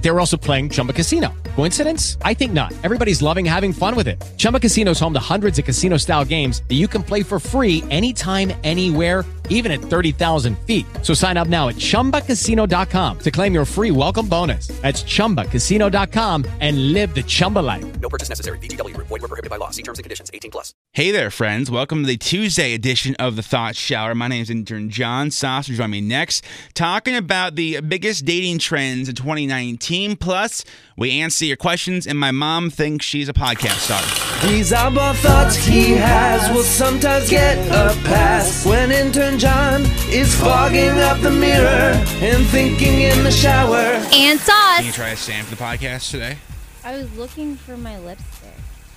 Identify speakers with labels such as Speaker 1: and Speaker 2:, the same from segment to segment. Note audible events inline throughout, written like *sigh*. Speaker 1: They were also playing Chumba Casino. Coincidence? I think not. Everybody's loving having fun with it. Chumba Casino is home to hundreds of casino style games that you can play for free anytime, anywhere even at 30,000 feet. So sign up now at ChumbaCasino.com to claim your free welcome bonus. That's ChumbaCasino.com and live the Chumba life.
Speaker 2: No purchase necessary. BGW. Void were prohibited by law. See terms and conditions. 18 plus.
Speaker 3: Hey there, friends. Welcome to the Tuesday edition of the Thought Shower. My name is intern John Sauce. You join me next, talking about the biggest dating trends in 2019. Plus, we answer your questions, and my mom thinks she's a podcast star.
Speaker 4: These oddball thoughts he has will sometimes get a pass when intern John is fogging up the mirror and thinking in the shower.
Speaker 5: and
Speaker 3: Can you
Speaker 5: sauce.
Speaker 3: try to stand for the podcast today?
Speaker 5: I was looking for my lipstick.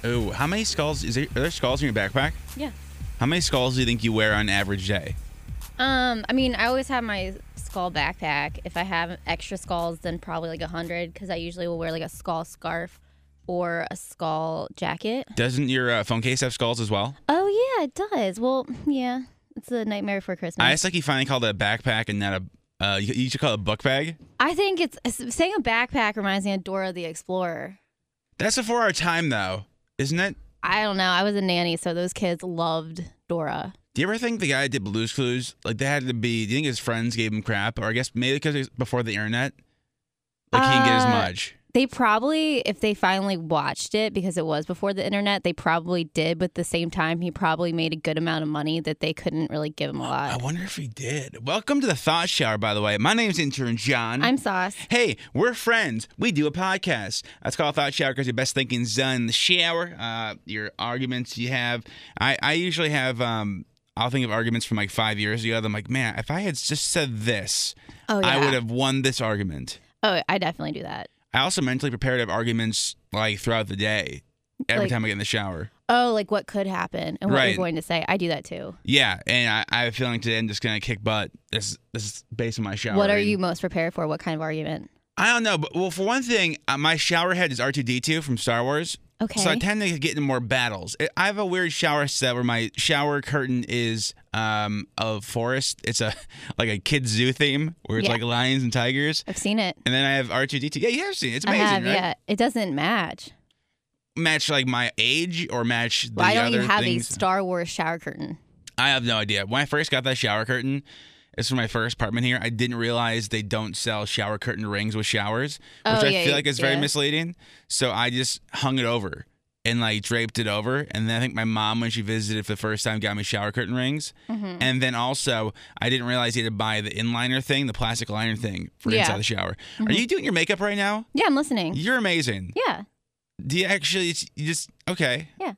Speaker 3: Ooh, how many skulls? Is there, are there skulls in your backpack?
Speaker 5: Yeah.
Speaker 3: How many skulls do you think you wear on average day?
Speaker 5: Um, I mean, I always have my skull backpack. If I have extra skulls, then probably like a hundred, because I usually will wear like a skull scarf or a skull jacket.
Speaker 3: Doesn't your uh, phone case have skulls as well?
Speaker 5: Oh yeah, it does. Well, yeah, it's a nightmare for Christmas.
Speaker 3: I just like you finally called it a backpack and not a. Uh, you, you should call it a book bag.
Speaker 5: I think it's saying a backpack reminds me of Dora the Explorer.
Speaker 3: That's before our time, though, isn't it?
Speaker 5: I don't know. I was a nanny, so those kids loved Dora.
Speaker 3: Do you ever think the guy that did Blue's Clues, like they had to be? Do you think his friends gave him crap, or I guess maybe because it's before the internet, like he didn't get as
Speaker 5: Uh,
Speaker 3: much.
Speaker 5: They probably, if they finally watched it because it was before the internet, they probably did. But at the same time, he probably made a good amount of money that they couldn't really give him a
Speaker 3: I
Speaker 5: lot.
Speaker 3: wonder if he did. Welcome to the Thought Shower, by the way. My name's intern John.
Speaker 5: I'm sauce.
Speaker 3: Hey, we're friends. We do a podcast. That's called Thought Shower because your best thinking's done in the shower. Uh, your arguments you have. I, I usually have, um, I'll think of arguments from like five years ago. that I'm like, man, if I had just said this,
Speaker 5: Oh yeah.
Speaker 3: I would have won this argument.
Speaker 5: Oh, I definitely do that.
Speaker 3: I also mentally prepare to have arguments like throughout the day, every
Speaker 5: Like-
Speaker 3: time I get in the shower.
Speaker 5: Oh, like what could happen and what
Speaker 3: Right.
Speaker 5: you're going to say. I do that too.
Speaker 3: Yeah, and I, I have a feeling today I'm just gonna kick butt. This this is based on my shower.
Speaker 5: What are you most prepared for? What kind of argument?
Speaker 3: I don't know, but well, for one thing, uh, my shower head is R2D2 from Star Wars.
Speaker 5: Okay.
Speaker 3: So I tend to get into more battles. I- I have a weird shower set where my shower curtain is um of forest. It's a *laughs* like a kids zoo theme where it's
Speaker 5: Yeah.
Speaker 3: like lions and tigers.
Speaker 5: I've seen it.
Speaker 3: And then I have R2D2. Yeah, you have seen it. It's amazing,
Speaker 5: I have.
Speaker 3: right?
Speaker 5: Yeah, it doesn't match.
Speaker 3: Match like my age or match the
Speaker 5: Why don't you
Speaker 3: other
Speaker 5: have
Speaker 3: things.
Speaker 5: a Star Wars shower curtain?
Speaker 3: I have no idea. When I first got that shower curtain, it's from my first apartment here. I didn't realize they don't sell shower curtain rings with showers, which
Speaker 5: Oh,
Speaker 3: I
Speaker 5: yeah,
Speaker 3: feel like is very
Speaker 5: yeah.
Speaker 3: misleading. So I just hung it over and like draped it over. And then I think my mom, when she visited for the first time, got me shower curtain rings.
Speaker 5: Mm-hmm.
Speaker 3: And then also, I didn't realize you had to buy the inliner thing, the plastic liner thing for
Speaker 5: Yeah. Mm-hmm.
Speaker 3: inside the shower. Are you doing your makeup right now?
Speaker 5: Yeah, I'm listening.
Speaker 3: You're amazing.
Speaker 5: Yeah,
Speaker 3: Do you actually, it's, you just, okay.
Speaker 5: Yeah.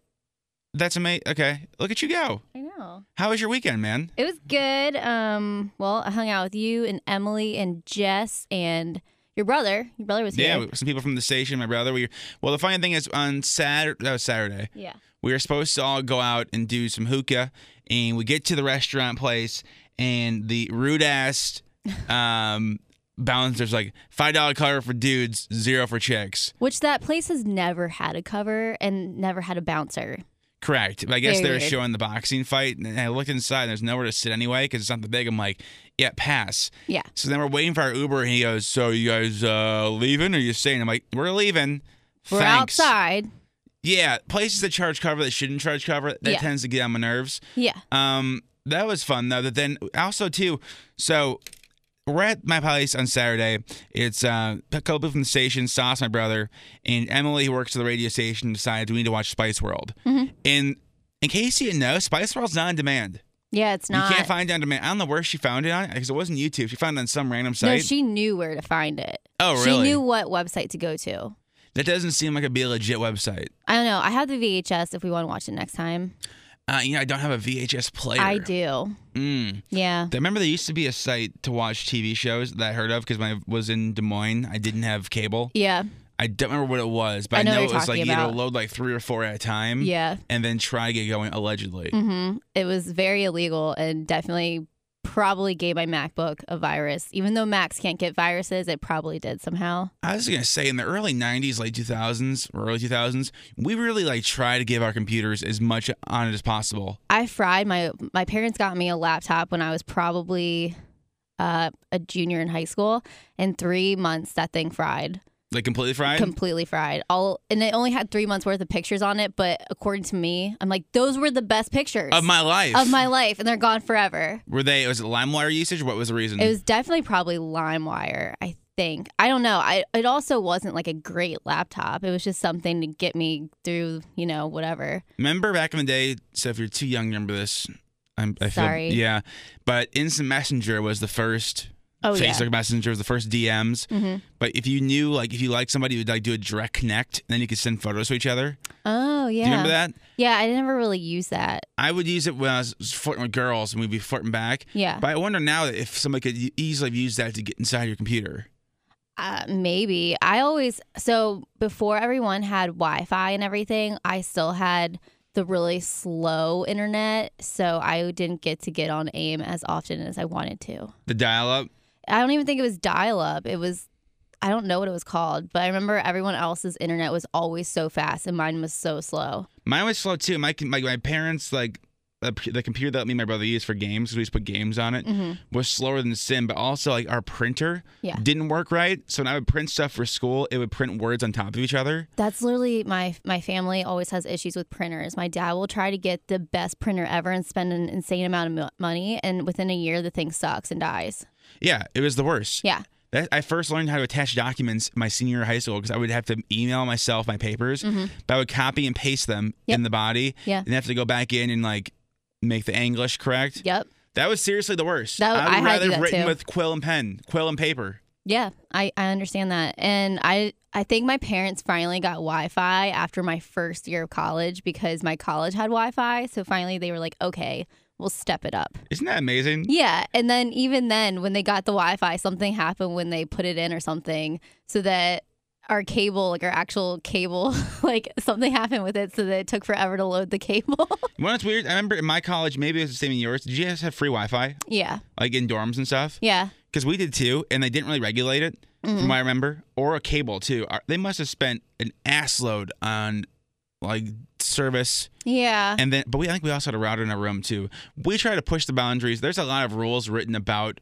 Speaker 3: That's amazing. Okay. Look at you go.
Speaker 5: I know.
Speaker 3: How was your weekend, man?
Speaker 5: It was good. Um, well, I hung out with you and Emily and Jess and your brother. Your brother was
Speaker 3: Yeah,
Speaker 5: here.
Speaker 3: we- some people from the station, my brother. We were, well, the funny thing is on Saturday, that was Saturday.
Speaker 5: Yeah.
Speaker 3: We were supposed to all go out and do some hookah, and we get to the restaurant place, and the rude
Speaker 5: *laughs*
Speaker 3: ass um, bouncer's like five dollar cover for dudes, zero for chicks.
Speaker 5: Which that place has never had a cover and never had a bouncer.
Speaker 3: Correct. But I guess
Speaker 5: Very
Speaker 3: they were
Speaker 5: weird.
Speaker 3: showing the boxing fight, and I looked inside, and there's nowhere to sit anyway because it's not that big. I'm like, yeah, pass.
Speaker 5: Yeah.
Speaker 3: So then we're waiting for our Uber, and he goes, "So you guys uh, leaving? Or are you staying?" I'm like, "We're leaving."
Speaker 5: We're
Speaker 3: Thanks.
Speaker 5: outside.
Speaker 3: Yeah, places that charge cover that shouldn't charge cover that
Speaker 5: Yeah.
Speaker 3: tends to get on my nerves.
Speaker 5: Yeah.
Speaker 3: Um, that was fun though. That then also too. So we're at my place on Saturday. It's uh, a couple people from the station, Sauce, my brother, and Emily, who works at the radio station, decides we need to watch Spice World.
Speaker 5: Mm-hmm.
Speaker 3: And in case you didn't know, Spice World's not on demand.
Speaker 5: Yeah, it's not.
Speaker 3: You can't find it on demand. I don't know where she found it on because it wasn't YouTube. She found it on some random
Speaker 5: no,
Speaker 3: site.
Speaker 5: she knew where to find it.
Speaker 3: Oh,
Speaker 5: She
Speaker 3: really?
Speaker 5: knew what website to go to.
Speaker 3: that doesn't seem like it'd be a legit website.
Speaker 5: I don't know. I have the VHS if we want to watch it next time.
Speaker 3: Uh, you know, I don't have a VHS player.
Speaker 5: I do.
Speaker 3: Mm.
Speaker 5: Yeah.
Speaker 3: I remember there used to be a site to watch TV shows that I heard of because when I was in Des Moines, I didn't have cable.
Speaker 5: Yeah.
Speaker 3: I don't remember what it was, but I
Speaker 5: I know
Speaker 3: know,
Speaker 5: what
Speaker 3: it
Speaker 5: you're
Speaker 3: was like
Speaker 5: talking
Speaker 3: you know
Speaker 5: about.
Speaker 3: load like three or four at a time,
Speaker 5: Yeah. Mm. Mm-hmm.
Speaker 3: and then try to get going allegedly.
Speaker 5: hmm It was very illegal and definitely probably gave my MacBook a virus. Even though Macs can't get viruses, it probably did somehow.
Speaker 3: I was gonna say in the early '90s, late 2000s, or early 2000s, we really like try to give our computers as much on it as possible.
Speaker 5: I fried my my parents got me a laptop when I was probably uh, a junior in high school. In three months, that thing fried.
Speaker 3: Like completely fried.
Speaker 5: completely fried. All and it only had three months worth of pictures on it, but according to me, I'm like those were the best pictures
Speaker 3: of my life.
Speaker 5: of my life, and they're gone forever.
Speaker 3: Were they? Was it LimeWire usage? What was the reason?
Speaker 5: It was definitely probably LimeWire. I think I don't know. I it also wasn't like a great laptop. It was just something to get me through, you know, whatever.
Speaker 3: Remember back in the day? So if you're too young, remember this. I'm I feel,
Speaker 5: Sorry.
Speaker 3: Yeah, but Instant Messenger was the first.
Speaker 5: Oh, yeah. Mm-hmm.
Speaker 3: Facebook Messenger was the first DMs. But if you knew, like, if you liked somebody, you'd like do a direct connect, and then you could send photos to each other.
Speaker 5: Oh yeah.
Speaker 3: Do you remember that?
Speaker 5: Yeah, I never really used that.
Speaker 3: I would use it when I was flirting with girls, and we'd be flirting back.
Speaker 5: Yeah.
Speaker 3: But I wonder now that if somebody could e- easily use that to get inside your computer.
Speaker 5: Uh, maybe I always so before everyone had Wi-Fi and everything, I still had the really slow internet, so I didn't get to get on AIM as often as I wanted to.
Speaker 3: The dial-up.
Speaker 5: I don't even think it was dial-up. It was I don't know what it was called, but I remember everyone else's internet was always so fast and mine was so slow.
Speaker 3: Mine was slow too. My my, my parents like the, the computer that me and my brother used for games, 'cause we used to put games on it, was slower than Sim. But also like our printer
Speaker 5: Mm-hmm. Yeah.
Speaker 3: didn't work right. So when I would print stuff for school, it would print words on top of each other.
Speaker 5: That's literally my my family always has issues with printers. My dad will try to get the best printer ever and spend an insane amount of mo- money, and within a year the thing sucks and dies.
Speaker 3: Yeah, it was the worst.
Speaker 5: Yeah.
Speaker 3: That, I first learned how to attach documents my senior year of high school because I would have to email myself my papers, but I would copy and paste them
Speaker 5: Mm-hmm. Yep.
Speaker 3: in the body,
Speaker 5: Yeah.
Speaker 3: and have to go back in and like make the English correct.
Speaker 5: Yep.
Speaker 3: That was seriously the worst. I
Speaker 5: That-
Speaker 3: would
Speaker 5: I had to
Speaker 3: rather
Speaker 5: do
Speaker 3: have
Speaker 5: that,
Speaker 3: written
Speaker 5: too.
Speaker 3: with quill and pen, quill and paper.
Speaker 5: Yeah, I, I understand that. And I I think my parents finally got Wi Fi after my first year of college because my college had Wi Fi. So finally they were like, okay, we'll step it up.
Speaker 3: Isn't that amazing?
Speaker 5: Yeah. And then even then, when they got the Wi Fi, something happened when they put it in or something so that our cable, like our actual cable, *laughs* like something happened with it so that it took forever to load the cable. *laughs*
Speaker 3: You know what's weird? I remember in my college, maybe it was the same in yours. Did you guys have free Wi-Fi,
Speaker 5: yeah.
Speaker 3: like in dorms and stuff?
Speaker 5: Yeah. Mm-hmm.
Speaker 3: Because we did too, and they didn't really regulate it, from what I remember, or a cable too. Our- They must have spent an ass load on like service,
Speaker 5: Yeah.
Speaker 3: and then. But we, I think we also had a router in our room too. We try to push the boundaries. There's a lot of rules written about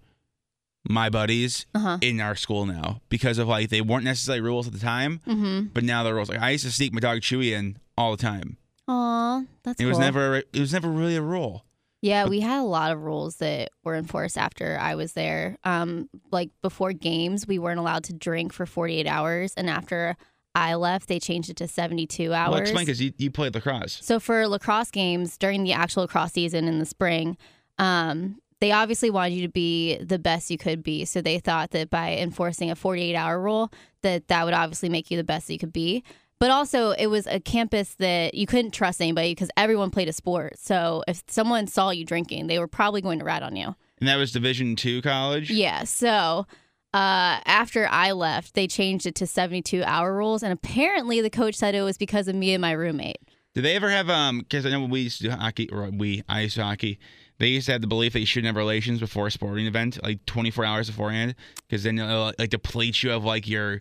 Speaker 3: my buddies
Speaker 5: Uh-huh.
Speaker 3: in our school now because of like they weren't necessarily rules at the time,
Speaker 5: Mm
Speaker 3: but now they're rules. Like I used to sneak my dog Chewy in all the time.
Speaker 5: hmm. Aw, that's
Speaker 3: It was
Speaker 5: cool.
Speaker 3: never. It was never really a rule.
Speaker 5: Yeah, we had a lot of rules that were enforced after I was there. Um, like before games, we weren't allowed to drink for 48 hours, and after I left, they changed it to 72 hours.
Speaker 3: Well, explain because you, you played lacrosse.
Speaker 5: So for lacrosse games during the actual lacrosse season in the spring, um, they obviously wanted you to be the best you could be. So they thought that by enforcing a 48 hour rule, that that would obviously make you the best that you could be. But also, it was a campus that you couldn't trust anybody because everyone played a sport. So if someone saw you drinking, they were probably going to rat on you.
Speaker 3: And that was Division Two college.
Speaker 5: Yeah. So uh, after I left, they changed it to 72 hour rules. And apparently, the coach said it was because of me and my roommate.
Speaker 3: Did they ever have um? Because I know we used to do hockey, or we I used to hockey. They used to have the belief that you shouldn't have relations before a sporting event, like 24 hours beforehand, because then it'll like deplete you of like your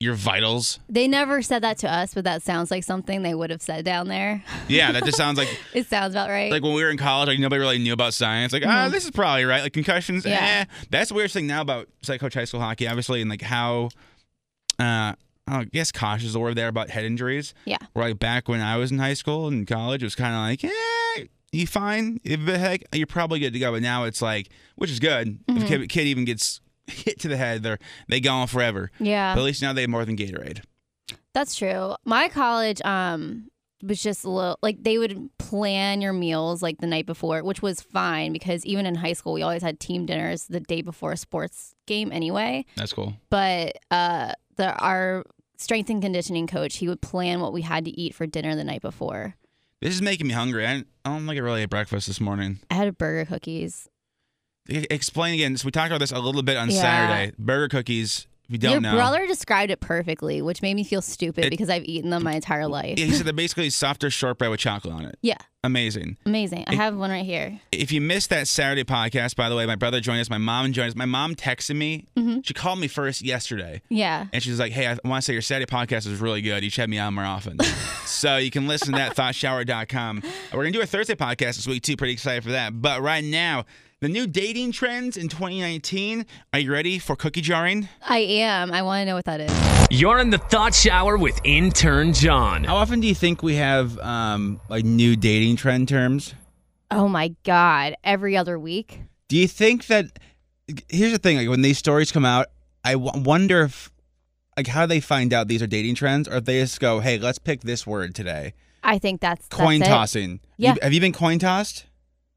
Speaker 3: your vitals.
Speaker 5: They never said that to us, but that sounds like something they would have said down there. *laughs*
Speaker 3: Yeah, that just sounds like
Speaker 5: It sounds about right.
Speaker 3: like when we were in college, like nobody really knew about science. Like, ah, this is probably right. Like concussions. eh.
Speaker 5: Yeah.
Speaker 3: That's the weirdest thing now about so I coach high school hockey, obviously, and like how uh I guess cautious is the word there about head injuries.
Speaker 5: Yeah.
Speaker 3: Where like back when I was in high school and college, it was kind of like, eh, you fine? If the heck, you're probably good to go. But now it's like, which is good.
Speaker 5: Mm-hmm.
Speaker 3: If a kid, kid even gets *laughs* hit to the head, they're they gone forever.
Speaker 5: yeah,
Speaker 3: But at least now they have more than Gatorade.
Speaker 5: that's true. My college um was just a little like they would plan your meals like the night before, which was fine because even in high school we always had team dinners the day before a sports game anyway.
Speaker 3: That's cool.
Speaker 5: But uh, the our strength and conditioning coach he would plan what we had to eat for dinner the night before.
Speaker 3: This is making me hungry. I, I don't think I really ate breakfast this morning.
Speaker 5: I had burger cookies.
Speaker 3: E- explain again. So we talked about this a little bit on
Speaker 5: Yeah.
Speaker 3: Saturday. Burger cookies If you don't
Speaker 5: Your
Speaker 3: know,
Speaker 5: brother described it perfectly, which made me feel stupid
Speaker 3: It-
Speaker 5: because I've eaten them my entire life.
Speaker 3: Yeah, he said they're basically softer shortbread with chocolate on it.
Speaker 5: yeah,
Speaker 3: Amazing.
Speaker 5: amazing. I have one right here.
Speaker 3: If you missed that Saturday podcast, by the way, my brother joined us. My mom joined us. My mom texted me.
Speaker 5: Mm-hmm.
Speaker 3: She called me first yesterday.
Speaker 5: Yeah.
Speaker 3: And she was like, hey, I want to say your Saturday podcast is really good. You should have me on more
Speaker 5: *laughs*
Speaker 3: often. so you can listen to that, thoughtshower.com. We're going to do a Thursday podcast this week, too. Pretty excited for that. But right now, the new dating trends in 2019. Are you ready for cookie jarring?
Speaker 5: I am. I want to know what that is.
Speaker 6: You're in the thought shower with intern John.
Speaker 3: How often do you think we have um, like new dating trend terms?
Speaker 5: Oh my God. Every other week.
Speaker 3: Do you think that? Here's the thing: like when these stories come out, I w- wonder if, like, how they find out these are dating trends, or if they just go, "Hey, let's pick this word today."
Speaker 5: I think that's that's
Speaker 3: Coin
Speaker 5: it.
Speaker 3: tossing.
Speaker 5: Yeah.
Speaker 3: You- have you been coin tossed?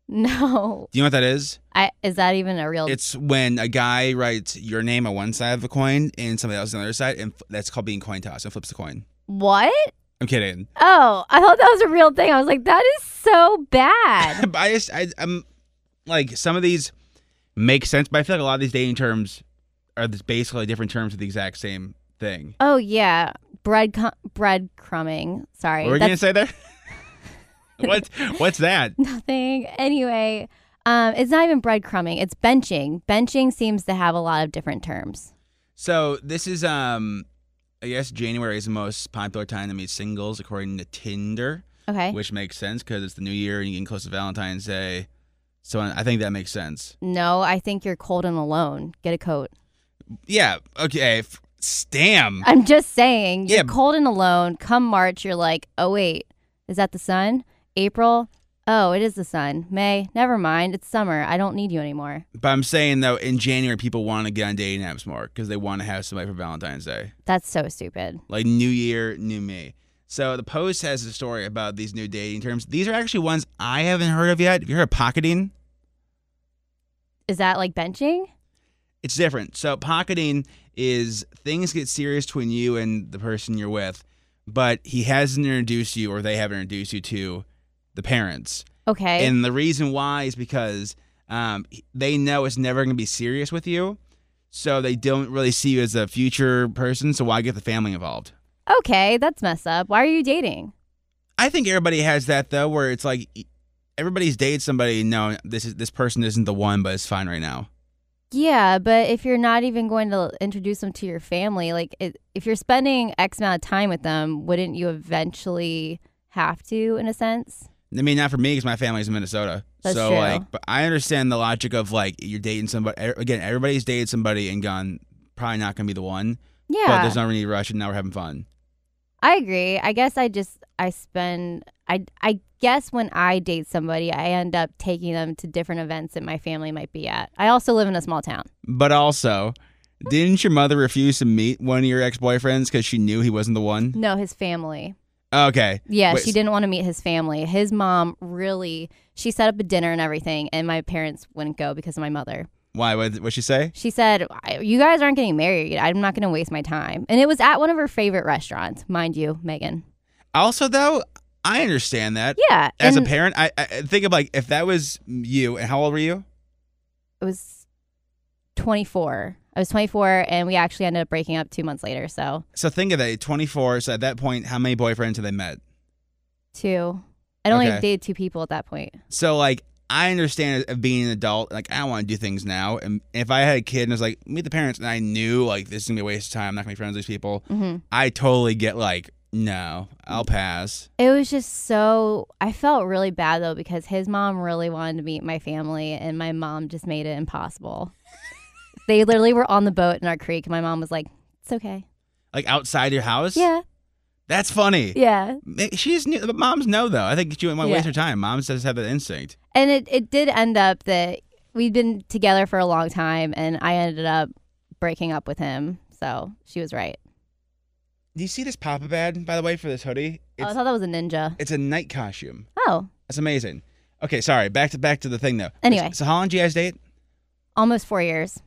Speaker 5: No.
Speaker 3: Do you know what that is?
Speaker 5: I, is that even a real?
Speaker 3: It's when a guy writes your name on one side of the coin and somebody else on the other side, and f- that's called being coin tossed. And flips the coin.
Speaker 5: what?
Speaker 3: I'm kidding.
Speaker 5: Oh, I thought that was a real thing. I was like, that is so
Speaker 3: *laughs*
Speaker 5: bad.
Speaker 3: But I just, I, I'm like, some of these make sense, but I feel like a lot of these dating terms are just basically different terms of the exact same thing.
Speaker 5: oh yeah, bread cu- bread crumbing. Sorry,
Speaker 3: What were you gonna
Speaker 5: that's
Speaker 3: say there? *laughs*
Speaker 5: *laughs*
Speaker 3: what what's that?
Speaker 5: nothing. Anyway, um, it's not even bread crumbing. It's benching. Benching seems to have a lot of different terms.
Speaker 3: So this is um I guess January is the most popular time to meet singles according to Tinder,
Speaker 5: Okay.
Speaker 3: which makes sense because it's the new year and you're getting close to Valentine's Day. So I I think that makes sense.
Speaker 5: no, I think you're cold and alone. Get a coat.
Speaker 3: Yeah. Okay. F- Damn.
Speaker 5: I'm just saying, you're
Speaker 3: Yeah.
Speaker 5: cold and alone. Come March, you're like, oh wait, is that the sun? April, oh it is the sun. May, never mind, it's summer. I don't need you anymore.
Speaker 3: But I'm saying though, in January people want to get on dating apps more because they want to have somebody for Valentine's Day.
Speaker 5: That's so stupid.
Speaker 3: like new year, new me. So the post has a story about these new dating terms. These are actually ones I haven't heard of yet. Have you heard of pocketing?
Speaker 5: Is that like benching?
Speaker 3: It's different. So pocketing is things get serious between you and the person you're with, but he hasn't introduced you or they haven't introduced you to the parents.
Speaker 5: Okay.
Speaker 3: And the reason why is because um, they know it's never going to be serious with you. So they don't really see you as a future person. So why get the family involved?
Speaker 5: okay, that's messed up. Why are you dating?
Speaker 3: I think everybody has that though, where it's like e, everybody's dated somebody. No, this is this person isn't the one, but it's fine right now.
Speaker 5: Yeah, but if you're not even going to introduce them to your family, like it, if you're spending X amount of time with them, wouldn't you eventually have to, in a sense?
Speaker 3: I mean, not for me because my family's in Minnesota.
Speaker 5: That's
Speaker 3: so
Speaker 5: true.
Speaker 3: like, but I understand the logic of like you're dating somebody. e- Again, everybody's dated somebody and gone. Probably not gonna be the one. But
Speaker 5: Yeah,
Speaker 3: there's no need to rush, and now we're having fun.
Speaker 5: I agree. I guess I just I spend I I guess when I date somebody, I end up taking them to different events that my family might be at. I also live in a small town.
Speaker 3: But also, didn't your mother refuse to meet one of your ex boyfriends because she knew he wasn't the one?
Speaker 5: No, his family.
Speaker 3: Okay.
Speaker 5: Yeah,
Speaker 3: Wait,
Speaker 5: she didn't want to meet his family. His mom really, she set up a dinner and everything, and my parents wouldn't go because of my mother.
Speaker 3: Why? What? What she say?
Speaker 5: She said, "I- You guys aren't getting married. I'm not going to waste my time. And it was at one of her favorite restaurants, mind you, Megan.
Speaker 3: Also, though, I understand that.
Speaker 5: Yeah.
Speaker 3: As
Speaker 5: and
Speaker 3: a parent, I, I I think of like if that was you, and how old were you?
Speaker 5: it was 24. I was 24, and we actually ended up breaking up two months later. So,
Speaker 3: So think of that, 24. So at that point, how many boyfriends have they met?
Speaker 5: two. I'd only
Speaker 3: Okay.
Speaker 5: dated two people at that point.
Speaker 3: So like, I understand of being an adult, like I don't want to do things now. And if I had a kid and was like meet the parents, and I knew like this is gonna be a waste of time, I'm not gonna be friends with these people,
Speaker 5: Mhm.
Speaker 3: I totally get like, no, I'll pass.
Speaker 5: It was just so I felt really bad though because his mom really wanted to meet my family and my mom just made
Speaker 3: *laughs*
Speaker 5: it impossible. they literally were on the boat in our creek and my mom was like, "It's okay."
Speaker 3: Like outside your house,
Speaker 5: Yeah.
Speaker 3: that's funny.
Speaker 5: Yeah.
Speaker 3: Ma- She just knew, but moms know though. I think she wouldn't want to waste
Speaker 5: Yeah.
Speaker 3: her time. Moms just have that instinct.
Speaker 5: And it it did end up that we'd been together for a long time and I ended up breaking up with him. So, she was right.
Speaker 3: Do you see this Papa ad, by the way, for this hoodie?
Speaker 5: oh, I
Speaker 3: It's,
Speaker 5: thought that was a ninja.
Speaker 3: it's a night costume.
Speaker 5: Oh,
Speaker 3: That's amazing. Okay, sorry. Back to back to the thing though.
Speaker 5: Anyway.
Speaker 3: so how long do you guys date?
Speaker 5: almost 4 years.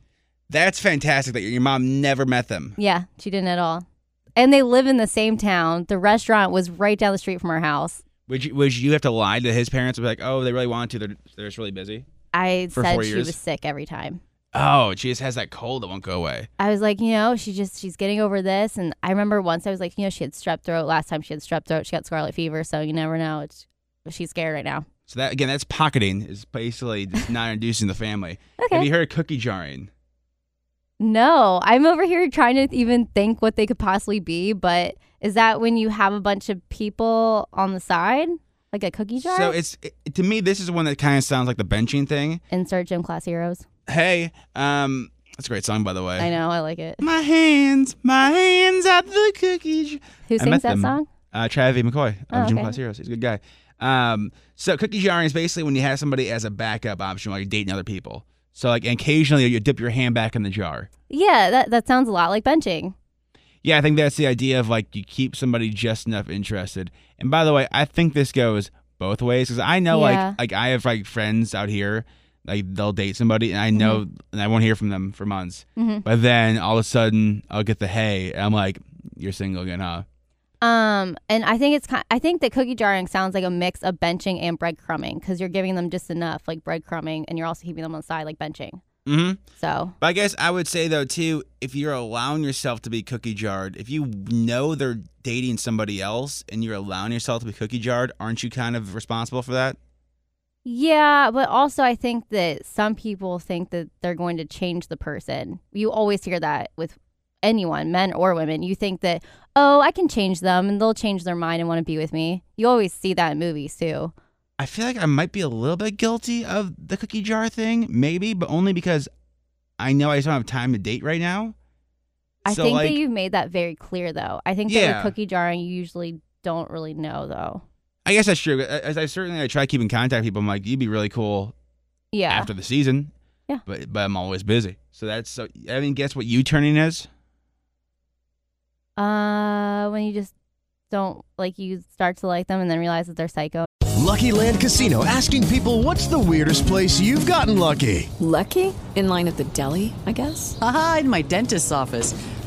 Speaker 3: That's fantastic that your mom never met them.
Speaker 5: Yeah, she didn't at all. And they live in the same town. The restaurant was right down the street from our house.
Speaker 3: Would you would you have to lie to his parents and be like, oh, they really wanted to, they're they're just really busy?
Speaker 5: I
Speaker 3: For
Speaker 5: said
Speaker 3: four
Speaker 5: she
Speaker 3: years?
Speaker 5: was sick every time.
Speaker 3: Oh, she just has that cold that won't go away.
Speaker 5: I was like, you know, she just she's getting over this. And I remember once I was like, you know, she had strep throat. Last time she had strep throat, she got scarlet fever. So you never know. It's, she's scared right now.
Speaker 3: So that again, that's pocketing. Is basically *laughs* just not inducing the family.
Speaker 5: Okay.
Speaker 3: Have you heard of cookie jarring?
Speaker 5: No, I'm over here trying to even think what they could possibly be. But is that when you have a bunch of people on the side, like a cookie jar?
Speaker 3: So it's it, to me, this is one that kind of sounds like the benching thing.
Speaker 5: Insert gym class heroes.
Speaker 3: Hey, um, that's a great song by the way.
Speaker 5: I know, I like it.
Speaker 3: My hands, my hands are the cookie. jar-
Speaker 5: Who
Speaker 3: I met
Speaker 5: sings that
Speaker 3: them.
Speaker 5: song?
Speaker 3: Uh, Travis McCoy of
Speaker 5: Oh,
Speaker 3: Gym
Speaker 5: okay.
Speaker 3: Class Heroes. He's a good guy. Um, so cookie jarring is basically when you have somebody as a backup option while you're dating other people. So like occasionally you dip your hand back in the jar.
Speaker 5: Yeah, that that sounds a lot like benching.
Speaker 3: Yeah, I think that's the idea of like you keep somebody just enough interested. And by the way, I think this goes both ways because I know
Speaker 5: Yeah.
Speaker 3: like like I have like friends out here like they'll date somebody and I know and I won't hear from them for months.
Speaker 5: Mhm.
Speaker 3: But then all of a sudden I'll get the hey and I'm like you're single again, huh?
Speaker 5: Um, and I think it's kind. I think that cookie jarring sounds like a mix of benching and breadcrumbing because you're giving them just enough, like breadcrumbing, and you're also keeping them on the side, like benching.
Speaker 3: Mm-hmm.
Speaker 5: So
Speaker 3: But I guess I would say though too, if you're allowing yourself to be cookie jarred, if you know they're dating somebody else and you're allowing yourself to be cookie jarred, aren't you kind of responsible for that?
Speaker 5: yeah, but also I think that some people think that they're going to change the person. You always hear that with anyone, men or women. You think that oh, I can change them, and they'll change their mind and want to be with me. You always see that in movies too.
Speaker 3: I feel like I might be a little bit guilty of the cookie jar thing, maybe, but only because I know I just don't have time to date right now.
Speaker 5: I
Speaker 3: So,
Speaker 5: think
Speaker 3: like-
Speaker 5: that you've made that very clear, though. I think that
Speaker 3: Yeah.
Speaker 5: with cookie jarring, you usually don't really know, though.
Speaker 3: I guess that's true. As I certainly I try to keep in contact with people, I'm like, you'd be really cool
Speaker 5: Yeah.
Speaker 3: after the season.
Speaker 5: Yeah.
Speaker 3: But but I'm always busy. So that's so I mean guess what you turning is?
Speaker 5: Uh, when you just don't like you start to like them and then realize that they're psycho.
Speaker 7: Lucky Land Casino asking people what's the weirdest place you've gotten lucky?
Speaker 8: Lucky? In line at the deli, I guess?
Speaker 9: Haha, in my dentist's office.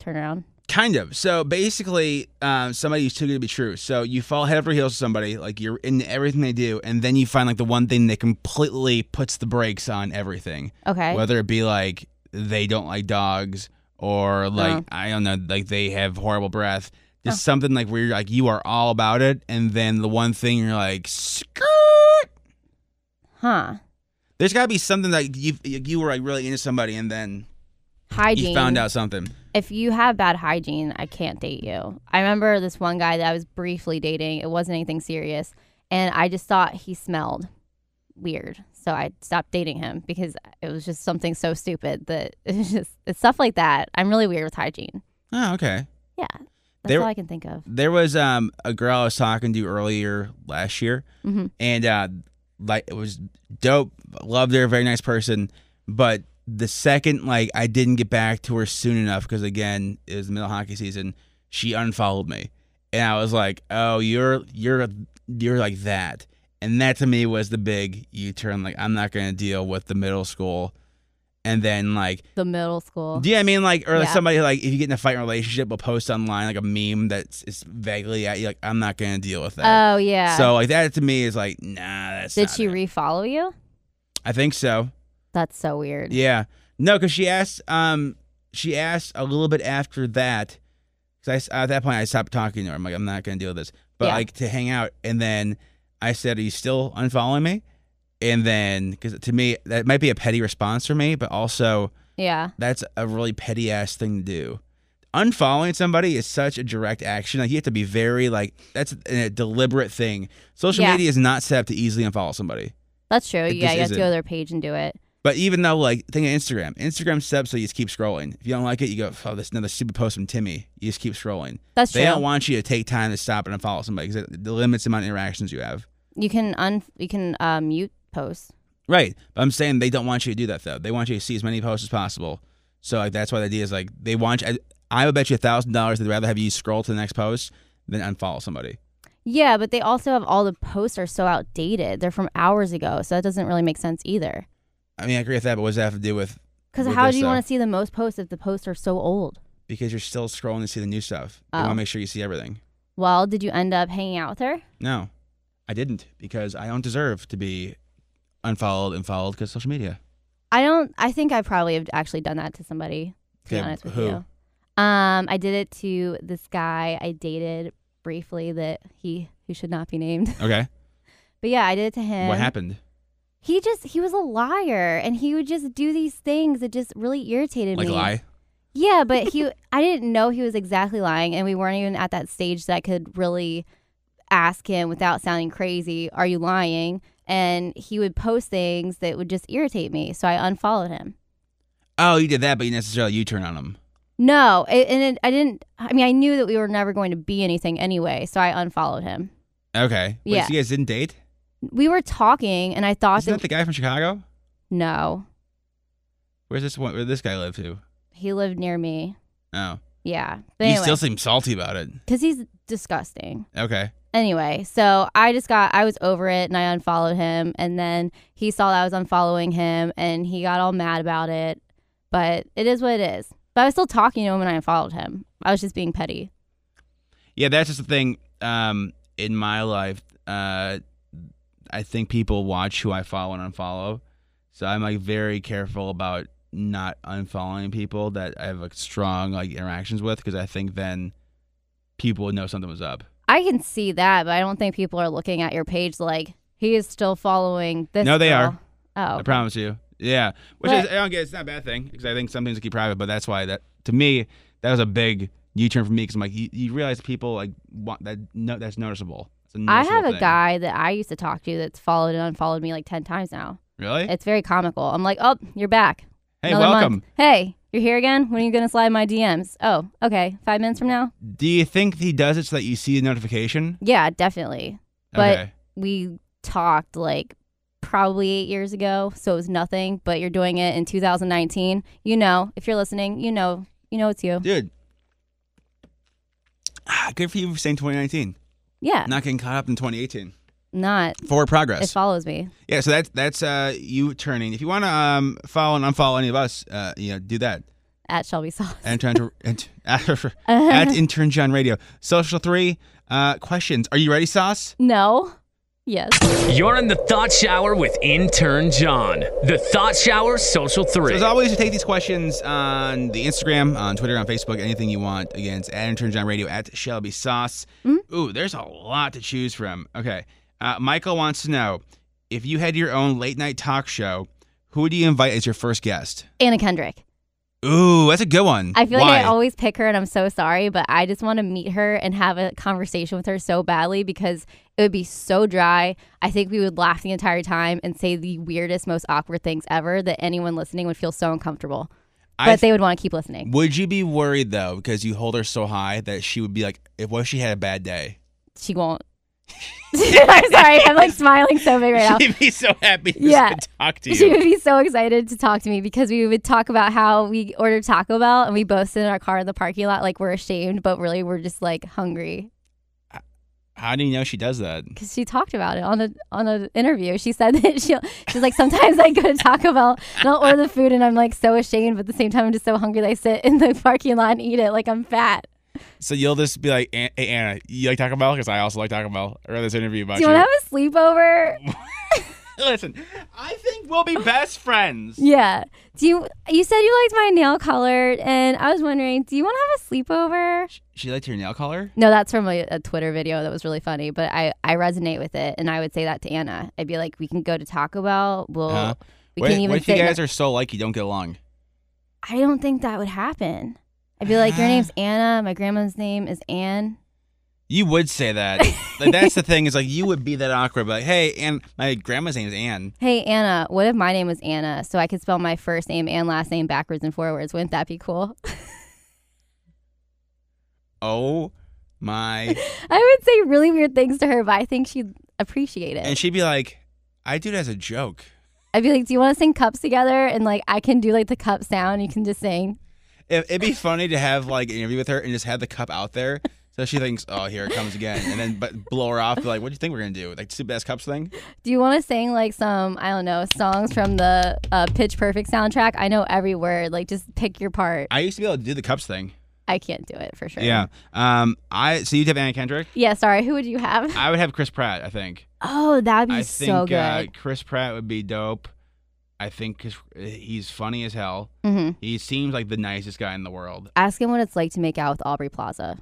Speaker 5: turn around.
Speaker 3: Kind of. So basically, um, somebody who's too good to be true. So you fall head over heels with somebody, like you're in everything they do, and then you find like the one thing that completely puts the brakes on everything.
Speaker 5: Okay.
Speaker 3: Whether it be like they don't like dogs, or like
Speaker 5: Oh.
Speaker 3: I don't know, like they have horrible breath. Just something like where you're like you are all about it, and then the one thing you're like, skirt.
Speaker 5: Huh.
Speaker 3: There's got to be something that you you were like really into somebody, and then
Speaker 5: Hygiene.
Speaker 3: you found out something.
Speaker 5: If you have bad hygiene, I can't date you. I remember this one guy that I was briefly dating. It wasn't anything serious, and I just thought he smelled weird, so I stopped dating him because it was just something so stupid that *laughs* it's just it's stuff like that. I'm really weird with hygiene.
Speaker 3: Oh, okay.
Speaker 5: Yeah, that's
Speaker 3: There-
Speaker 5: all I can think of.
Speaker 3: there was um a girl I was talking to earlier last year,
Speaker 5: Mhm.
Speaker 3: and uh, like it was dope. Loved her, very nice person. But the second like I didn't get back to her soon enough because again it was the middle of hockey season. She unfollowed me, and I was like, "Oh, you're you're you're like that." And that to me was the big U turn. Like I'm not gonna deal with the middle school and then like
Speaker 5: the middle school.
Speaker 3: yeah, I mean, like, or like
Speaker 5: Yeah.
Speaker 3: somebody like if you get in a fight in a relationship, will post online like a meme that's is vaguely at you, like, I'm not gonna deal with that.
Speaker 5: Oh, yeah.
Speaker 3: So like that to me is like, nah, that's.
Speaker 5: Did
Speaker 3: not-
Speaker 5: she refollow you?
Speaker 3: I think
Speaker 5: *laughs*
Speaker 3: so.
Speaker 5: That's so weird.
Speaker 3: Yeah. No, because she asked. Um, she asked a little bit after that. Because I at that point I stopped talking to her. I'm like, I'm not gonna deal with this. But
Speaker 5: Yeah.
Speaker 3: like to hang out, and then I said, Are you still unfollowing me? And then because to me that might be a petty response for me, but also
Speaker 5: Yeah.
Speaker 3: that's a really petty ass thing to do. Unfollowing somebody is such a direct action. Like you have to be very like that's a deliberate thing. Social
Speaker 5: Yeah.
Speaker 3: media is not set up to easily unfollow somebody.
Speaker 5: That's true.
Speaker 3: It
Speaker 5: Yeah,
Speaker 3: just
Speaker 5: you have to go
Speaker 3: isn't.
Speaker 5: to their page and do it.
Speaker 3: But even though, like, think of Instagram. Instagram's set up so you just keep scrolling. If you don't like it, you go, oh, this another stupid post from Timmy. You just keep scrolling.
Speaker 5: That's
Speaker 3: they
Speaker 5: true.
Speaker 3: don't want you to take time to stop and unfollow somebody because it, it limits the amount of interactions you have.
Speaker 5: You can un you can uh, mute posts.
Speaker 3: Right. But I'm saying they don't want you to do that, though. They want you to see as many posts as possible. So like, that's why the idea is, like, they want you, I, I would bet you $1,000 they'd rather have you scroll to the next post than unfollow somebody.
Speaker 5: Yeah, but they also have all the posts are so outdated. They're from hours ago, so that doesn't really make sense either.
Speaker 3: I mean, I agree with that, but what does that have to do with.
Speaker 5: Because
Speaker 3: with
Speaker 5: how
Speaker 3: this,
Speaker 5: do you
Speaker 3: though?
Speaker 5: want to see the most posts if the posts are so old?
Speaker 3: Because you're still scrolling to see the new stuff. They
Speaker 5: Oh.
Speaker 3: want to make sure you see everything.
Speaker 5: Well, did you end up hanging out with her?
Speaker 3: No, I didn't because I don't deserve to be unfollowed and followed because social media.
Speaker 5: I don't. I think I probably have actually done that to somebody. To be
Speaker 3: Okay,
Speaker 5: honest with
Speaker 3: who?
Speaker 5: you, um, I did it to this guy I dated briefly that he who should not be named. *laughs*
Speaker 3: Okay.
Speaker 5: But yeah, I did it to him.
Speaker 3: what happened?
Speaker 5: He just he was a liar, and he would just do these things that just really irritated
Speaker 3: Like
Speaker 5: me.
Speaker 3: lie?
Speaker 5: Yeah, but he I didn't know he was exactly lying, and we weren't even at that stage that I could really ask him without sounding crazy. Are you lying? And he would post things that would just irritate me, so I unfollowed him.
Speaker 3: Oh, you did that, but you necessarily you turn on them.
Speaker 5: No, it, and it, I didn't. I mean, I knew that we were never going to be anything anyway, so I unfollowed him.
Speaker 3: Okay. Wait,
Speaker 5: Yeah.
Speaker 3: so you guys didn't date?
Speaker 5: We were talking, and I thought
Speaker 3: Isn't that the guy from Chicago?
Speaker 5: no,
Speaker 3: Where's this one? Where this guy live to?
Speaker 5: he lived near me.
Speaker 3: Oh,
Speaker 5: Yeah, but
Speaker 3: you still
Speaker 5: anyway,
Speaker 3: seem salty about it.
Speaker 5: because he's disgusting.
Speaker 3: Okay.
Speaker 5: Anyway, so I just got I was over it, and I unfollowed him, and then he saw that I was unfollowing him, and he got all mad about it. But it is what it is. But I was still talking to him when I unfollowed him. I was just being petty.
Speaker 3: Yeah, that's just the thing. Um, in my life, uh, I think people watch who I follow and unfollow, so I'm like very careful about not unfollowing people that I have like strong like interactions with because I think then people would know something was up.
Speaker 5: I can see that, but I don't think people are looking at your page like he is still following this.
Speaker 3: no, they
Speaker 5: girl."
Speaker 3: are.
Speaker 5: Oh,
Speaker 3: I promise you. Yeah, which
Speaker 5: But-
Speaker 3: is, I don't get. It's not a bad thing because I think some things keep private, but that's why that to me that was a big U-turn for me because I'm like you, you realize people like want that no that's noticeable. It's a
Speaker 5: I have
Speaker 3: noticeable
Speaker 5: a
Speaker 3: thing.
Speaker 5: guy that I used to talk to that's followed and unfollowed me like ten times now.
Speaker 3: Really?
Speaker 5: It's very comical. I'm like, oh, you're back.
Speaker 3: Hey,
Speaker 5: Another month.
Speaker 3: welcome.
Speaker 5: Hey, you're here again. When are you gonna slide my DMs? Oh, okay, five minutes from now.
Speaker 3: Do you think he does it so that you see the notification?
Speaker 5: Yeah, definitely. But
Speaker 3: Okay.
Speaker 5: we talked like probably eight years ago, so it was nothing. But you're doing it in 2019. You know, if you're listening, you know, you know it's you.
Speaker 3: Dude. Ah, good for you for saying 2019.
Speaker 5: Yeah,
Speaker 3: Not getting caught up in 2018.
Speaker 5: not.
Speaker 3: Forward
Speaker 5: It
Speaker 3: progress.
Speaker 5: follows me.
Speaker 3: yeah, so that's that's uh, you turning. If you want to um, follow and unfollow any of us, uh, you know, do that.
Speaker 5: at Shelby Sauce.
Speaker 3: And turn
Speaker 5: *laughs*
Speaker 3: to and- *laughs* at intern John Radio. Social three uh, questions. Are you ready, Sauce?
Speaker 5: No. Yes.
Speaker 6: You're in the Thought Shower with Intern John. The Thought Shower Social 3.
Speaker 3: As always, you take these questions on the Instagram, on Twitter, on Facebook, anything you want. Again, it's at Intern John Radio, at Shelby Sauce.
Speaker 5: Hmm?
Speaker 3: Ooh, there's a lot to choose from. Okay. Uh, Michael wants to know if you had your own late night talk show, who do you invite as your first guest?
Speaker 5: Anna Kendrick.
Speaker 3: Ooh, that's a good one.
Speaker 5: I feel
Speaker 3: Why?
Speaker 5: like I always pick her and I'm so sorry, but I just want to meet her and have a conversation with her so badly because it would be so dry. I think we would laugh the entire time and say the weirdest, most awkward things ever that anyone listening would feel so uncomfortable.
Speaker 3: I
Speaker 5: But
Speaker 3: th-
Speaker 5: they would want to keep listening.
Speaker 3: Would you be worried though, because you hold her so high that she would be like, if what if she had a bad day? *laughs*
Speaker 5: She won't. *laughs* I'm sorry. I'm like smiling so big right now.
Speaker 3: *laughs* She'd be so happy to
Speaker 5: Yeah.
Speaker 3: talk to
Speaker 5: She would
Speaker 3: you.
Speaker 5: be so excited to talk to me because we would talk about how we ordered Taco Bell and we both sit in our car in the parking lot like we're ashamed, but really we're just like hungry.
Speaker 3: How do you know she does that?
Speaker 5: because she talked about it on a on an interview. She said *laughs* that she she's like sometimes I go to Taco Bell and I'll order the food and I'm like so ashamed, but at the same time I'm just so hungry that I sit in the *laughs* parking lot and eat it like I'm fat.
Speaker 3: So you'll just be like, "An- hey, Anna, you like Taco Bell? Because I also like Taco Bell. I read this interview about
Speaker 5: Do you
Speaker 3: you.
Speaker 5: want to
Speaker 3: *laughs*
Speaker 5: have a sleepover?
Speaker 3: Listen, I think we'll be best friends.
Speaker 5: *laughs* yeah. Do you you said you liked my nail color and I was wondering, do you want to have a sleepover?
Speaker 3: She liked your nail color?
Speaker 5: No, that's from a, a Twitter video that was really funny, but I, I resonate with it, and I would say that to Anna. I'd be like, we can go to Taco Bell. We'll
Speaker 3: Huh?
Speaker 5: we
Speaker 3: Uh-huh. what,
Speaker 5: can even
Speaker 3: what if you
Speaker 5: sit in
Speaker 3: guys
Speaker 5: the-
Speaker 3: are so like you don't get along?
Speaker 5: I don't think that would happen. I'd be *gasps* like, your name's Anna. My grandma's name is Anne.
Speaker 3: You would say
Speaker 5: *laughs*
Speaker 3: that. like, that's the thing is like you would be that awkward. But like, hey, and my grandma's name is Anne.
Speaker 5: Hey, Anna, what if my name was Anna so I could spell my first name and last name backwards and forwards? Wouldn't that be cool?
Speaker 3: Oh
Speaker 5: *laughs*
Speaker 3: my!
Speaker 5: *laughs* I would say really weird things to her, but I think she'd appreciate it.
Speaker 3: and she'd be like, I do it as a joke.
Speaker 5: I'd be like, do you want to sing cups together? And like, I can do like the cup sound. You can just sing.
Speaker 3: It, it'd be funny to have like an interview with her and just have the cup out there. So she thinks, oh, here it comes again, and then but blow her off. Be like, what do you think we're gonna do? Like two best cups thing?
Speaker 5: Do you want to sing like some, I don't know, songs from the uh, Pitch Perfect soundtrack? I know every word. Like, just pick your part.
Speaker 3: I used to be able to do the cups thing.
Speaker 5: I can't do it for sure.
Speaker 3: Yeah. Um. I so you'd have Anna Kendrick.
Speaker 5: Yeah, sorry. Who would you have?
Speaker 3: I would have Chris Pratt. I think.
Speaker 5: Oh, that would be
Speaker 3: I think
Speaker 5: so good.
Speaker 3: Uh, Chris Pratt would be dope. I think Chris, he's funny as hell.
Speaker 5: Mhm.
Speaker 3: He seems like the nicest guy in the world.
Speaker 5: Ask him what it's like to make out with Aubrey Plaza.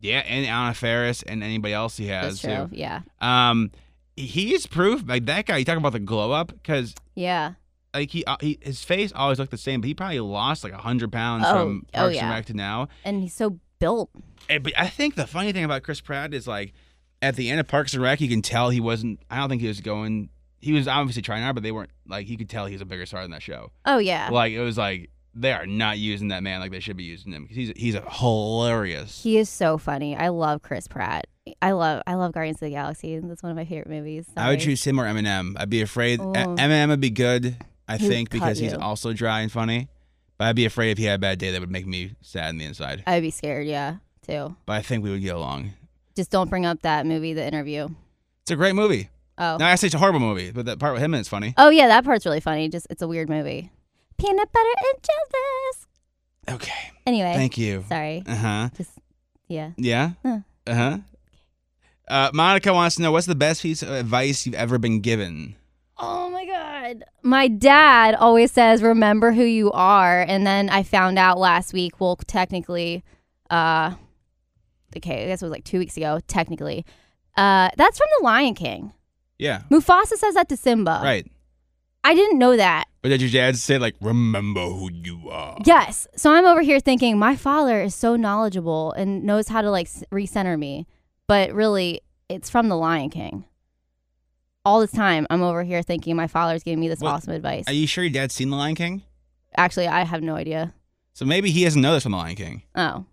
Speaker 3: Yeah, and Anna Ferris and anybody else he has
Speaker 5: That's true.
Speaker 3: too.
Speaker 5: Yeah.
Speaker 3: Um, he's proof like that guy. You talking about the glow up because
Speaker 5: Yeah.
Speaker 3: like he, uh, he his face always looked the same, but he probably lost like hundred pounds
Speaker 5: Oh,
Speaker 3: from
Speaker 5: oh,
Speaker 3: Parks and
Speaker 5: yeah.
Speaker 3: Rec to now.
Speaker 5: And he's so built.
Speaker 3: And, but I think the funny thing about Chris Pratt is like at the end of Parks and Rec, you can tell he wasn't. I don't think he was going. He was obviously trying hard, but they weren't like you could tell he was a bigger star than that show.
Speaker 5: Oh, yeah.
Speaker 3: Like it was like they are not using that man like they should be using him because he's he's a hilarious.
Speaker 5: He is so funny. I love Chris Pratt. I love I love Guardians of the Galaxy. That's one of my favorite movies.
Speaker 3: I would
Speaker 5: Sorry.
Speaker 3: choose him or Eminem. I'd be afraid E-
Speaker 5: Ooh.
Speaker 3: Eminem would be good. I
Speaker 5: Oh. He would
Speaker 3: think because
Speaker 5: cut
Speaker 3: he's
Speaker 5: you.
Speaker 3: also dry and funny. But I'd be afraid if he had a bad day, that would make me sad on the inside.
Speaker 5: I'd be scared, yeah, too.
Speaker 3: But I think we would get along.
Speaker 5: Just don't bring up that movie, The Interview.
Speaker 3: It's a great movie.
Speaker 5: Oh.
Speaker 3: No, I say it's a horrible movie, but that part with him in it's funny.
Speaker 5: Oh yeah, that part's really funny. Just it's a weird movie. Peanut butter and jellies.
Speaker 3: Okay.
Speaker 5: Anyway.
Speaker 3: Thank you.
Speaker 5: Sorry.
Speaker 3: Uh huh.
Speaker 5: Just yeah.
Speaker 3: Yeah.
Speaker 5: Huh.
Speaker 3: Uh huh. Uh, Monica wants to know what's the best piece of advice you've ever been given.
Speaker 5: Oh my god. My dad always says remember who you are and then I found out last week, well technically uh okay, I guess it was like 2 weeks ago technically. Uh that's from The Lion King.
Speaker 3: Yeah.
Speaker 5: Mufasa says that to Simba.
Speaker 3: Right.
Speaker 5: I didn't know that.
Speaker 3: But did your dad say like, "Remember who you are"?
Speaker 5: Yes. So I'm over here thinking my father is so knowledgeable and knows how to like s- recenter me, but really it's from The Lion King. All this time I'm over here thinking my father's giving me this
Speaker 3: What-
Speaker 5: awesome advice.
Speaker 3: Are you sure your dad's seen The Lion King?
Speaker 5: Actually, I have no idea.
Speaker 3: So maybe he doesn't know this from The Lion King.
Speaker 5: Oh,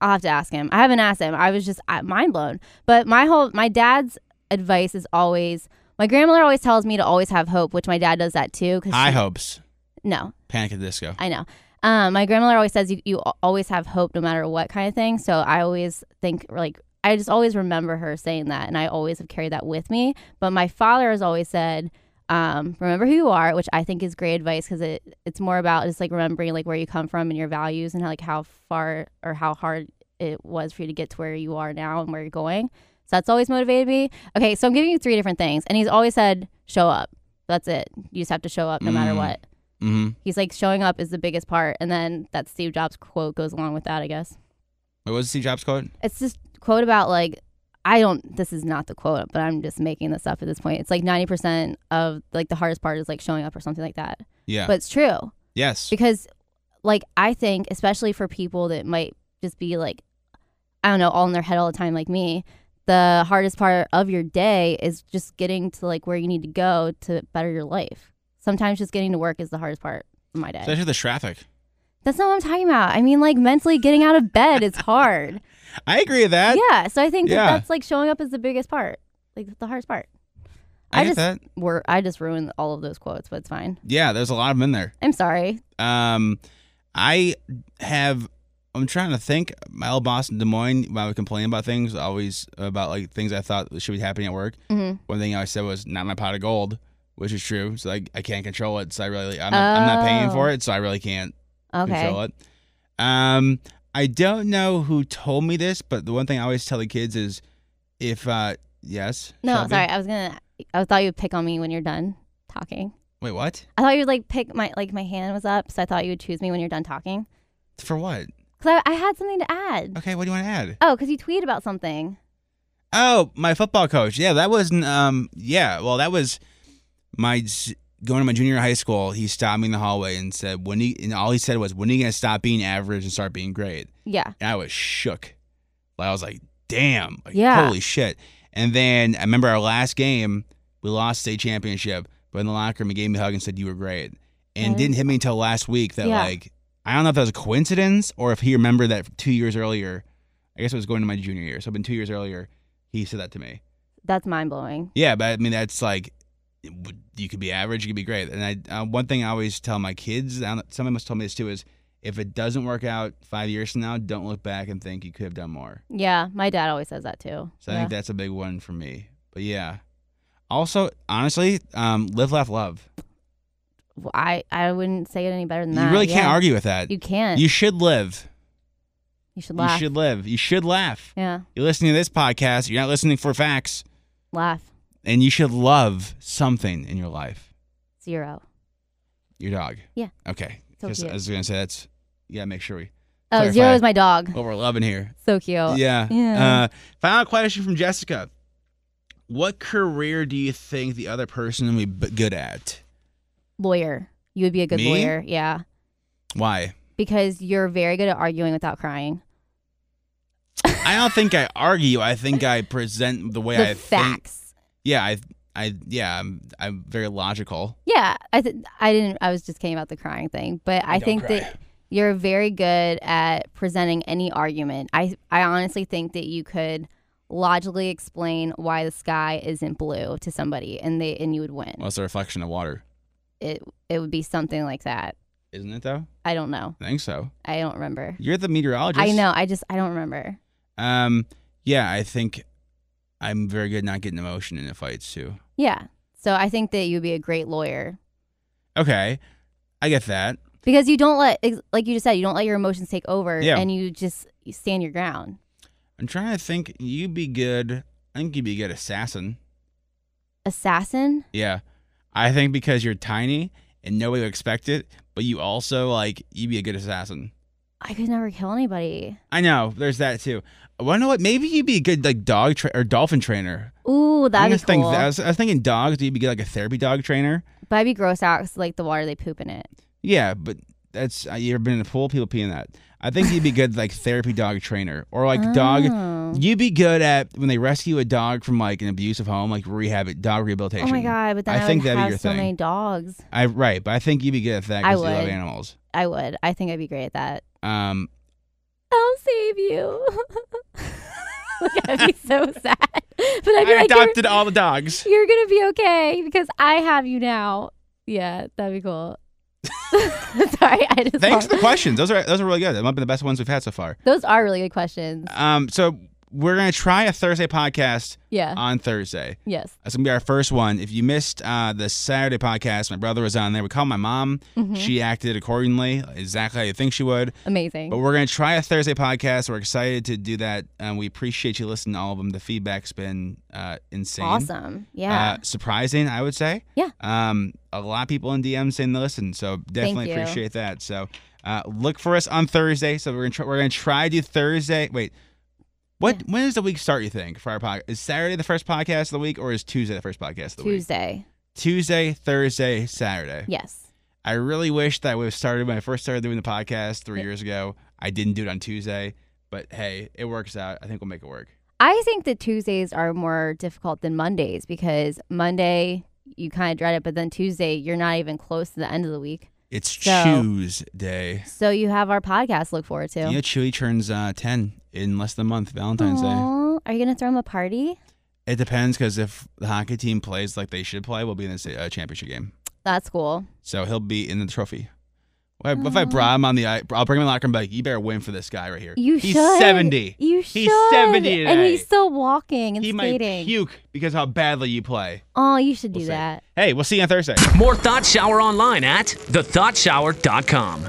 Speaker 5: I'll have to ask him. I haven't asked him. I was just uh, mind blown. But my whole my dad's advice is always my grandmother always tells me to always have hope, which my dad does that too. Cause
Speaker 3: High
Speaker 5: she-
Speaker 3: hopes.
Speaker 5: No,
Speaker 3: Panic at the Disco.
Speaker 5: I know. Um, my grandmother always says you, you al- always have hope no matter what kind of thing. So I always think like I just always remember her saying that, and I always have carried that with me. But my father has always said, um, "Remember who you are," which I think is great advice because it it's more about just like remembering like where you come from and your values and how, like how far or how hard it was for you to get to where you are now and where you're going. So that's always motivated me. Okay, so I'm giving you three different things, and he's always said, "Show up." That's it. You just have to show up no matter
Speaker 3: Mm.
Speaker 5: what.
Speaker 3: Mm-hmm.
Speaker 5: He's like showing up is the biggest part, and then that Steve Jobs quote goes along with that. I guess
Speaker 3: What was Steve Jobs' quote?
Speaker 5: it's this quote about like I don't. This is not the quote, but I'm just making this up at this point. It's like ninety percent of like the hardest part is like showing up or something like that.
Speaker 3: Yeah.
Speaker 5: but it's true
Speaker 3: Yes.
Speaker 5: because like I think especially for people that might just be like I don't know all in their head all the time like me. The hardest part of your day is just getting to like where you need to go to better your life. Sometimes just getting to work is the hardest part of my day.
Speaker 3: Especially the traffic.
Speaker 5: That's not what I'm talking about. I mean, like mentally getting out of bed is hard.
Speaker 3: I agree with *laughs* that.
Speaker 5: yeah. So I think that
Speaker 3: Yeah.
Speaker 5: that's like showing up is the biggest part, like the hardest part.
Speaker 3: I, get
Speaker 5: just
Speaker 3: that.
Speaker 5: were I just ruined all of those quotes, but it's fine.
Speaker 3: Yeah, there's a lot of them in there.
Speaker 5: I'm sorry.
Speaker 3: Um, I Um, have I'm trying to think. Al Boston Des Moines, when I would complain about things, always about like things I thought should be happening at work.
Speaker 5: Mhm.
Speaker 3: One thing I said was not my pot of gold, which is true. So like I can't control it. So I really I'm not, I'm not paying
Speaker 5: Oh.
Speaker 3: for it, so I really can't
Speaker 5: Okay.
Speaker 3: control it. Um I don't know who told me this, but the one thing I always tell the kids is if uh yes.
Speaker 5: No,
Speaker 3: Shelby?
Speaker 5: sorry. I was gonna. I thought you'd pick on me when you're done talking.
Speaker 3: Wait, what?
Speaker 5: I thought you'd like pick my like my hand was up, so I thought you would choose me when you're done talking.
Speaker 3: For what?
Speaker 5: Cause I, I had something to add.
Speaker 3: Okay, what do you want to add?
Speaker 5: Oh, cause you tweeted about something.
Speaker 3: Oh, my football coach. Yeah, that wasn't. Um, yeah. Well, that was my z- going to my junior high school. He stopped me in the hallway and said, "When he?" And all he said was, "When are you gonna stop being average and start being great?"
Speaker 5: Yeah.
Speaker 3: And I was shook. Like, I was like, "Damn! Like,
Speaker 5: Yeah.
Speaker 3: Holy shit!" And then I remember our last game, we lost state championship, but in the locker room, he gave me a hug and said, "You were great," and
Speaker 5: Nice.
Speaker 3: didn't hit me until last week that
Speaker 5: Yeah.
Speaker 3: like I don't know if that was a coincidence or if he remembered that two years earlier. I guess it was going to my junior year, so it'd been two years earlier. He said that to me.
Speaker 5: That's mind blowing.
Speaker 3: Yeah, but I mean that's like you could be average, you could be great. And I uh, one thing I always tell my kids, I don't, somebody must have told me this too, is if it doesn't work out five years from now, don't look back and think you could have done more.
Speaker 5: Yeah, my dad always says that too.
Speaker 3: So I
Speaker 5: yeah.
Speaker 3: think that's a big one for me. But yeah, also honestly, um, live, laugh, love.
Speaker 5: Well, I I wouldn't say it any better than that.
Speaker 3: you really can't
Speaker 5: yeah.
Speaker 3: argue with that.
Speaker 5: You can't.
Speaker 3: You should live.
Speaker 5: You should laugh.
Speaker 3: You should live. You should laugh.
Speaker 5: Yeah,
Speaker 3: You're listening to this podcast. You're not listening for facts,
Speaker 5: laugh.
Speaker 3: and you should love something in your life.
Speaker 5: Zero.
Speaker 3: Your dog.
Speaker 5: Yeah.
Speaker 3: Okay.
Speaker 5: So
Speaker 3: 'Cause
Speaker 5: cute.
Speaker 3: I was gonna say that's yeah. Make sure we.
Speaker 5: Oh,
Speaker 3: clarify
Speaker 5: zero is my dog.
Speaker 3: What we're loving here.
Speaker 5: So cute.
Speaker 3: Yeah.
Speaker 5: Oh, Yeah.
Speaker 3: Uh, final question from Jessica. What career do you think the other person would be good at?
Speaker 5: lawyer. You would be a good
Speaker 3: Me?
Speaker 5: lawyer. Yeah.
Speaker 3: Why?
Speaker 5: Because you're very good at arguing without crying.
Speaker 3: I don't think I argue. I think I present the way
Speaker 5: The
Speaker 3: Oh, I
Speaker 5: facts.
Speaker 3: think. Yeah. I. I. Yeah. I'm. I'm very logical.
Speaker 5: Yeah, I th- I didn't. I was just kidding about the crying thing, but I
Speaker 3: Don't
Speaker 5: think
Speaker 3: cry.
Speaker 5: that you're very good at presenting any argument. I I honestly think that you could logically explain why the sky isn't blue to somebody, and they and you would win.
Speaker 3: Well, it's a reflection of water,
Speaker 5: It it would be something like that.
Speaker 3: isn't it? Though.
Speaker 5: I don't know.
Speaker 3: I think so.
Speaker 5: I don't remember.
Speaker 3: You're the meteorologist.
Speaker 5: I know. I just I don't remember.
Speaker 3: Um. Yeah. I think I'm very good at not getting emotion in the fights too.
Speaker 5: Yeah. So I think that you'd be a great lawyer
Speaker 3: Okay. I get that.
Speaker 5: because you don't let ex- like you just said you don't let your emotions take over
Speaker 3: Yeah.
Speaker 5: and you just you stand your ground
Speaker 3: I'm trying to think. You'd be good. I think you'd be a good assassin.
Speaker 5: assassin
Speaker 3: Yeah. I think because you're tiny and nobody would expect it, but you also like you'd be a good assassin.
Speaker 5: i could never kill anybody
Speaker 3: I know. There's that too. I want to know what. Maybe you'd be a good like dog tra- or dolphin trainer.
Speaker 5: ooh
Speaker 3: I'm
Speaker 5: that'd be
Speaker 3: just think-
Speaker 5: cool
Speaker 3: I, was, I was thinking dogs. You'd be good, like a therapy dog trainer.
Speaker 5: but i'd be gross out 'cause, like the water they poop in it
Speaker 3: Yeah, but that's uh, you ever been in a pool? People pee in that. I think you'd be good like therapy dog trainer or like
Speaker 5: Oh.
Speaker 3: dog. You'd be good at when they rescue a dog from like an abusive home, like rehab it, dog
Speaker 5: oh
Speaker 3: rehabilitation.
Speaker 5: my god but then i, would have so many dogs
Speaker 3: I right, but I think you'd be good at that
Speaker 5: I
Speaker 3: because you love
Speaker 5: would.
Speaker 3: animals.
Speaker 5: i would i think i'd be great at that
Speaker 3: Um,
Speaker 5: i'll save you *laughs* Look, I'd be so *laughs* sad, but I'd be
Speaker 3: I
Speaker 5: like, you're,
Speaker 3: adopted all the
Speaker 5: *laughs*
Speaker 3: dogs.
Speaker 5: "You're gonna be okay because I have you now." Yeah, that'd be cool. *laughs* Sorry, I just
Speaker 3: Thanks
Speaker 5: lost-
Speaker 3: for the questions. Those are those are really good. That might be the best ones we've had so far.
Speaker 5: Those are really good questions.
Speaker 3: Um, so we're gonna try a Thursday podcast.
Speaker 5: Yeah.
Speaker 3: On Thursday.
Speaker 5: Yes.
Speaker 3: That's gonna be our first one. If you missed uh, the Saturday podcast, my brother was on there. We called my mom.
Speaker 5: Mhm.
Speaker 3: She acted accordingly, exactly how you think she would.
Speaker 5: Amazing.
Speaker 3: But we're gonna try a Thursday podcast. We're excited to do that, and we appreciate you listening to all of them. The feedback's been uh, insane,
Speaker 5: Awesome. Yeah.
Speaker 3: uh, surprising, I would say.
Speaker 5: Yeah.
Speaker 3: Um, a lot of people in DM saying they listen, so definitely
Speaker 5: you.
Speaker 3: appreciate that. So, uh, look for us on Thursday. So we're gonna try, we're gonna try to do Thursday. Wait, what? When does the week start? You think for our podcast is Saturday the first podcast of the week, or is Tuesday the first podcast of the week?
Speaker 5: Tuesday.
Speaker 3: Tuesday, Thursday, Saturday.
Speaker 5: Yes.
Speaker 3: I really wish that I would have started when I first started doing the podcast three years ago. I didn't do it on Tuesday, but hey, it works out. I think we'll make it work.
Speaker 5: I think that Tuesdays are more difficult than Mondays because Monday you kind of dread it, but then Tuesday you're not even close to the end of the week.
Speaker 3: It's
Speaker 5: So-
Speaker 3: Tuesday.
Speaker 5: So you have our podcast to look forward to.
Speaker 3: Yeah, Chewy turns uh, 10 in less than a month, Valentine's Day.
Speaker 5: Aw, Are you gonna throw him a party?
Speaker 3: It depends because if the hockey team plays like they should play, we'll be in the sa- uh, championship game.
Speaker 5: That's cool.
Speaker 3: So he'll be in the trophy. If if I brought him on the, I- I'll bring him in the locker room. and be Like, you better win for this guy right here.
Speaker 5: You
Speaker 3: he's
Speaker 5: should.
Speaker 3: seventy.
Speaker 5: You should.
Speaker 3: He's seventy today.
Speaker 5: and he's still walking and
Speaker 3: he might
Speaker 5: skating.
Speaker 3: puke because how badly you play.
Speaker 5: Oh, you should do that.
Speaker 3: Hey, we'll see you on Thursday.
Speaker 7: More Thought Shower online at thethoughtshower.com.